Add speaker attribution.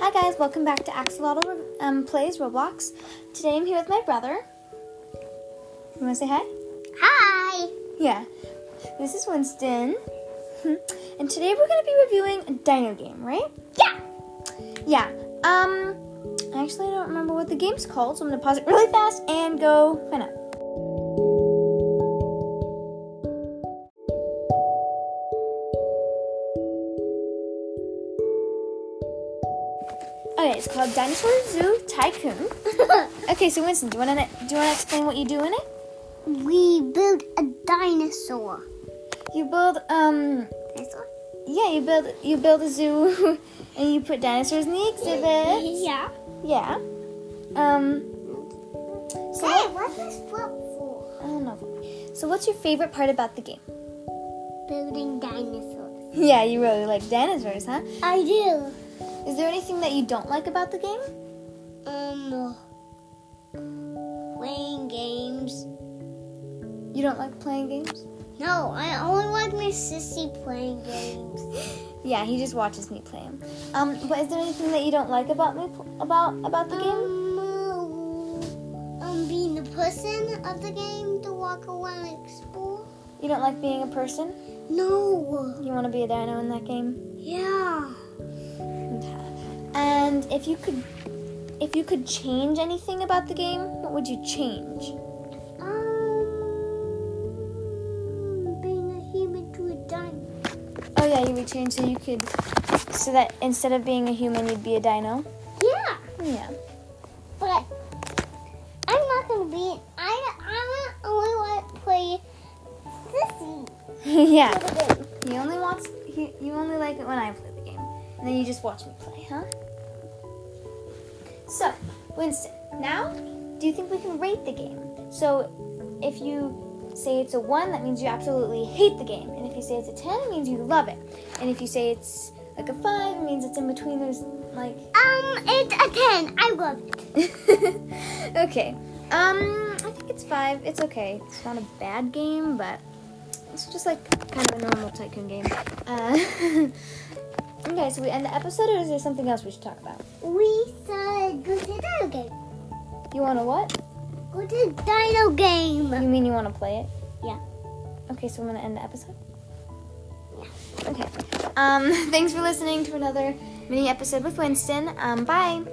Speaker 1: Hi guys, welcome back to Axolotl um, Plays Roblox. Today I'm here with my brother. You want to say hi?
Speaker 2: Hi.
Speaker 1: Yeah. This is Winston. And today we're going to be reviewing a dino game, right?
Speaker 2: Yeah.
Speaker 1: Yeah. Um, I actually don't remember what the game's called, so I'm going to pause it really fast and go find out. Okay, it's called Dinosaur Zoo Tycoon. Okay, so Winston, do you want to do you want to explain what you do in it?
Speaker 2: we build a dinosaur.
Speaker 1: You build um
Speaker 2: Dinosaur?
Speaker 1: yeah you build you build a zoo and you put dinosaurs in the exhibit.
Speaker 2: Yeah.
Speaker 1: Yeah. Um. So what,
Speaker 2: what's this flip for?
Speaker 1: I don't know. So what's your favorite part about the game?
Speaker 2: Building dinosaurs.
Speaker 1: Yeah, you really like dinosaurs, huh?
Speaker 2: I do.
Speaker 1: Is there anything that you don't like about the game?
Speaker 2: Um. Playing games.
Speaker 1: You don't like playing games?
Speaker 2: No, I only like my sissy playing games.
Speaker 1: Yeah, he just watches me play 'em. Um, but is there anything that you don't like about me pl- about about the game?
Speaker 2: Um, uh, um, being the person of the game to walk around and explore.
Speaker 1: You don't like being a person?
Speaker 2: No.
Speaker 1: You want to be a dino in that game?
Speaker 2: Yeah.
Speaker 1: And if you could, if you could change anything about the game, what would you change?
Speaker 2: Um, being a human to a dino.
Speaker 1: Oh yeah, you would change so you could, so that instead of being a human, you'd be a dino.
Speaker 2: Yeah,
Speaker 1: Yeah.
Speaker 2: but I'm not gonna be. I I'm only want to play sissy.
Speaker 1: yeah.
Speaker 2: little bit.
Speaker 1: He only wants he, you only like it when I play the game, and then you just watch me play, huh? So, Winston, now, do you think we can rate the game? So, if you say it's a one, that means you absolutely hate the game, and if you say it's a ten, it means you love it, and if you say it's like a five, it means it's in between. There's like
Speaker 2: Um, it's a ten. I love it.
Speaker 1: okay. Um, I think it's five. It's okay. It's not a bad game, but it's just like kind of a normal tycoon game. Uh, okay, so we end the episode, or is there something else we should talk about?
Speaker 2: We said go to dino game.
Speaker 1: You want to what?
Speaker 2: Go to dino game.
Speaker 1: You mean you want to play it?
Speaker 2: Yeah.
Speaker 1: Okay, so I'm gonna end the episode. Yeah. Okay. Um, thanks for listening to another mini episode with Winston. Um, bye.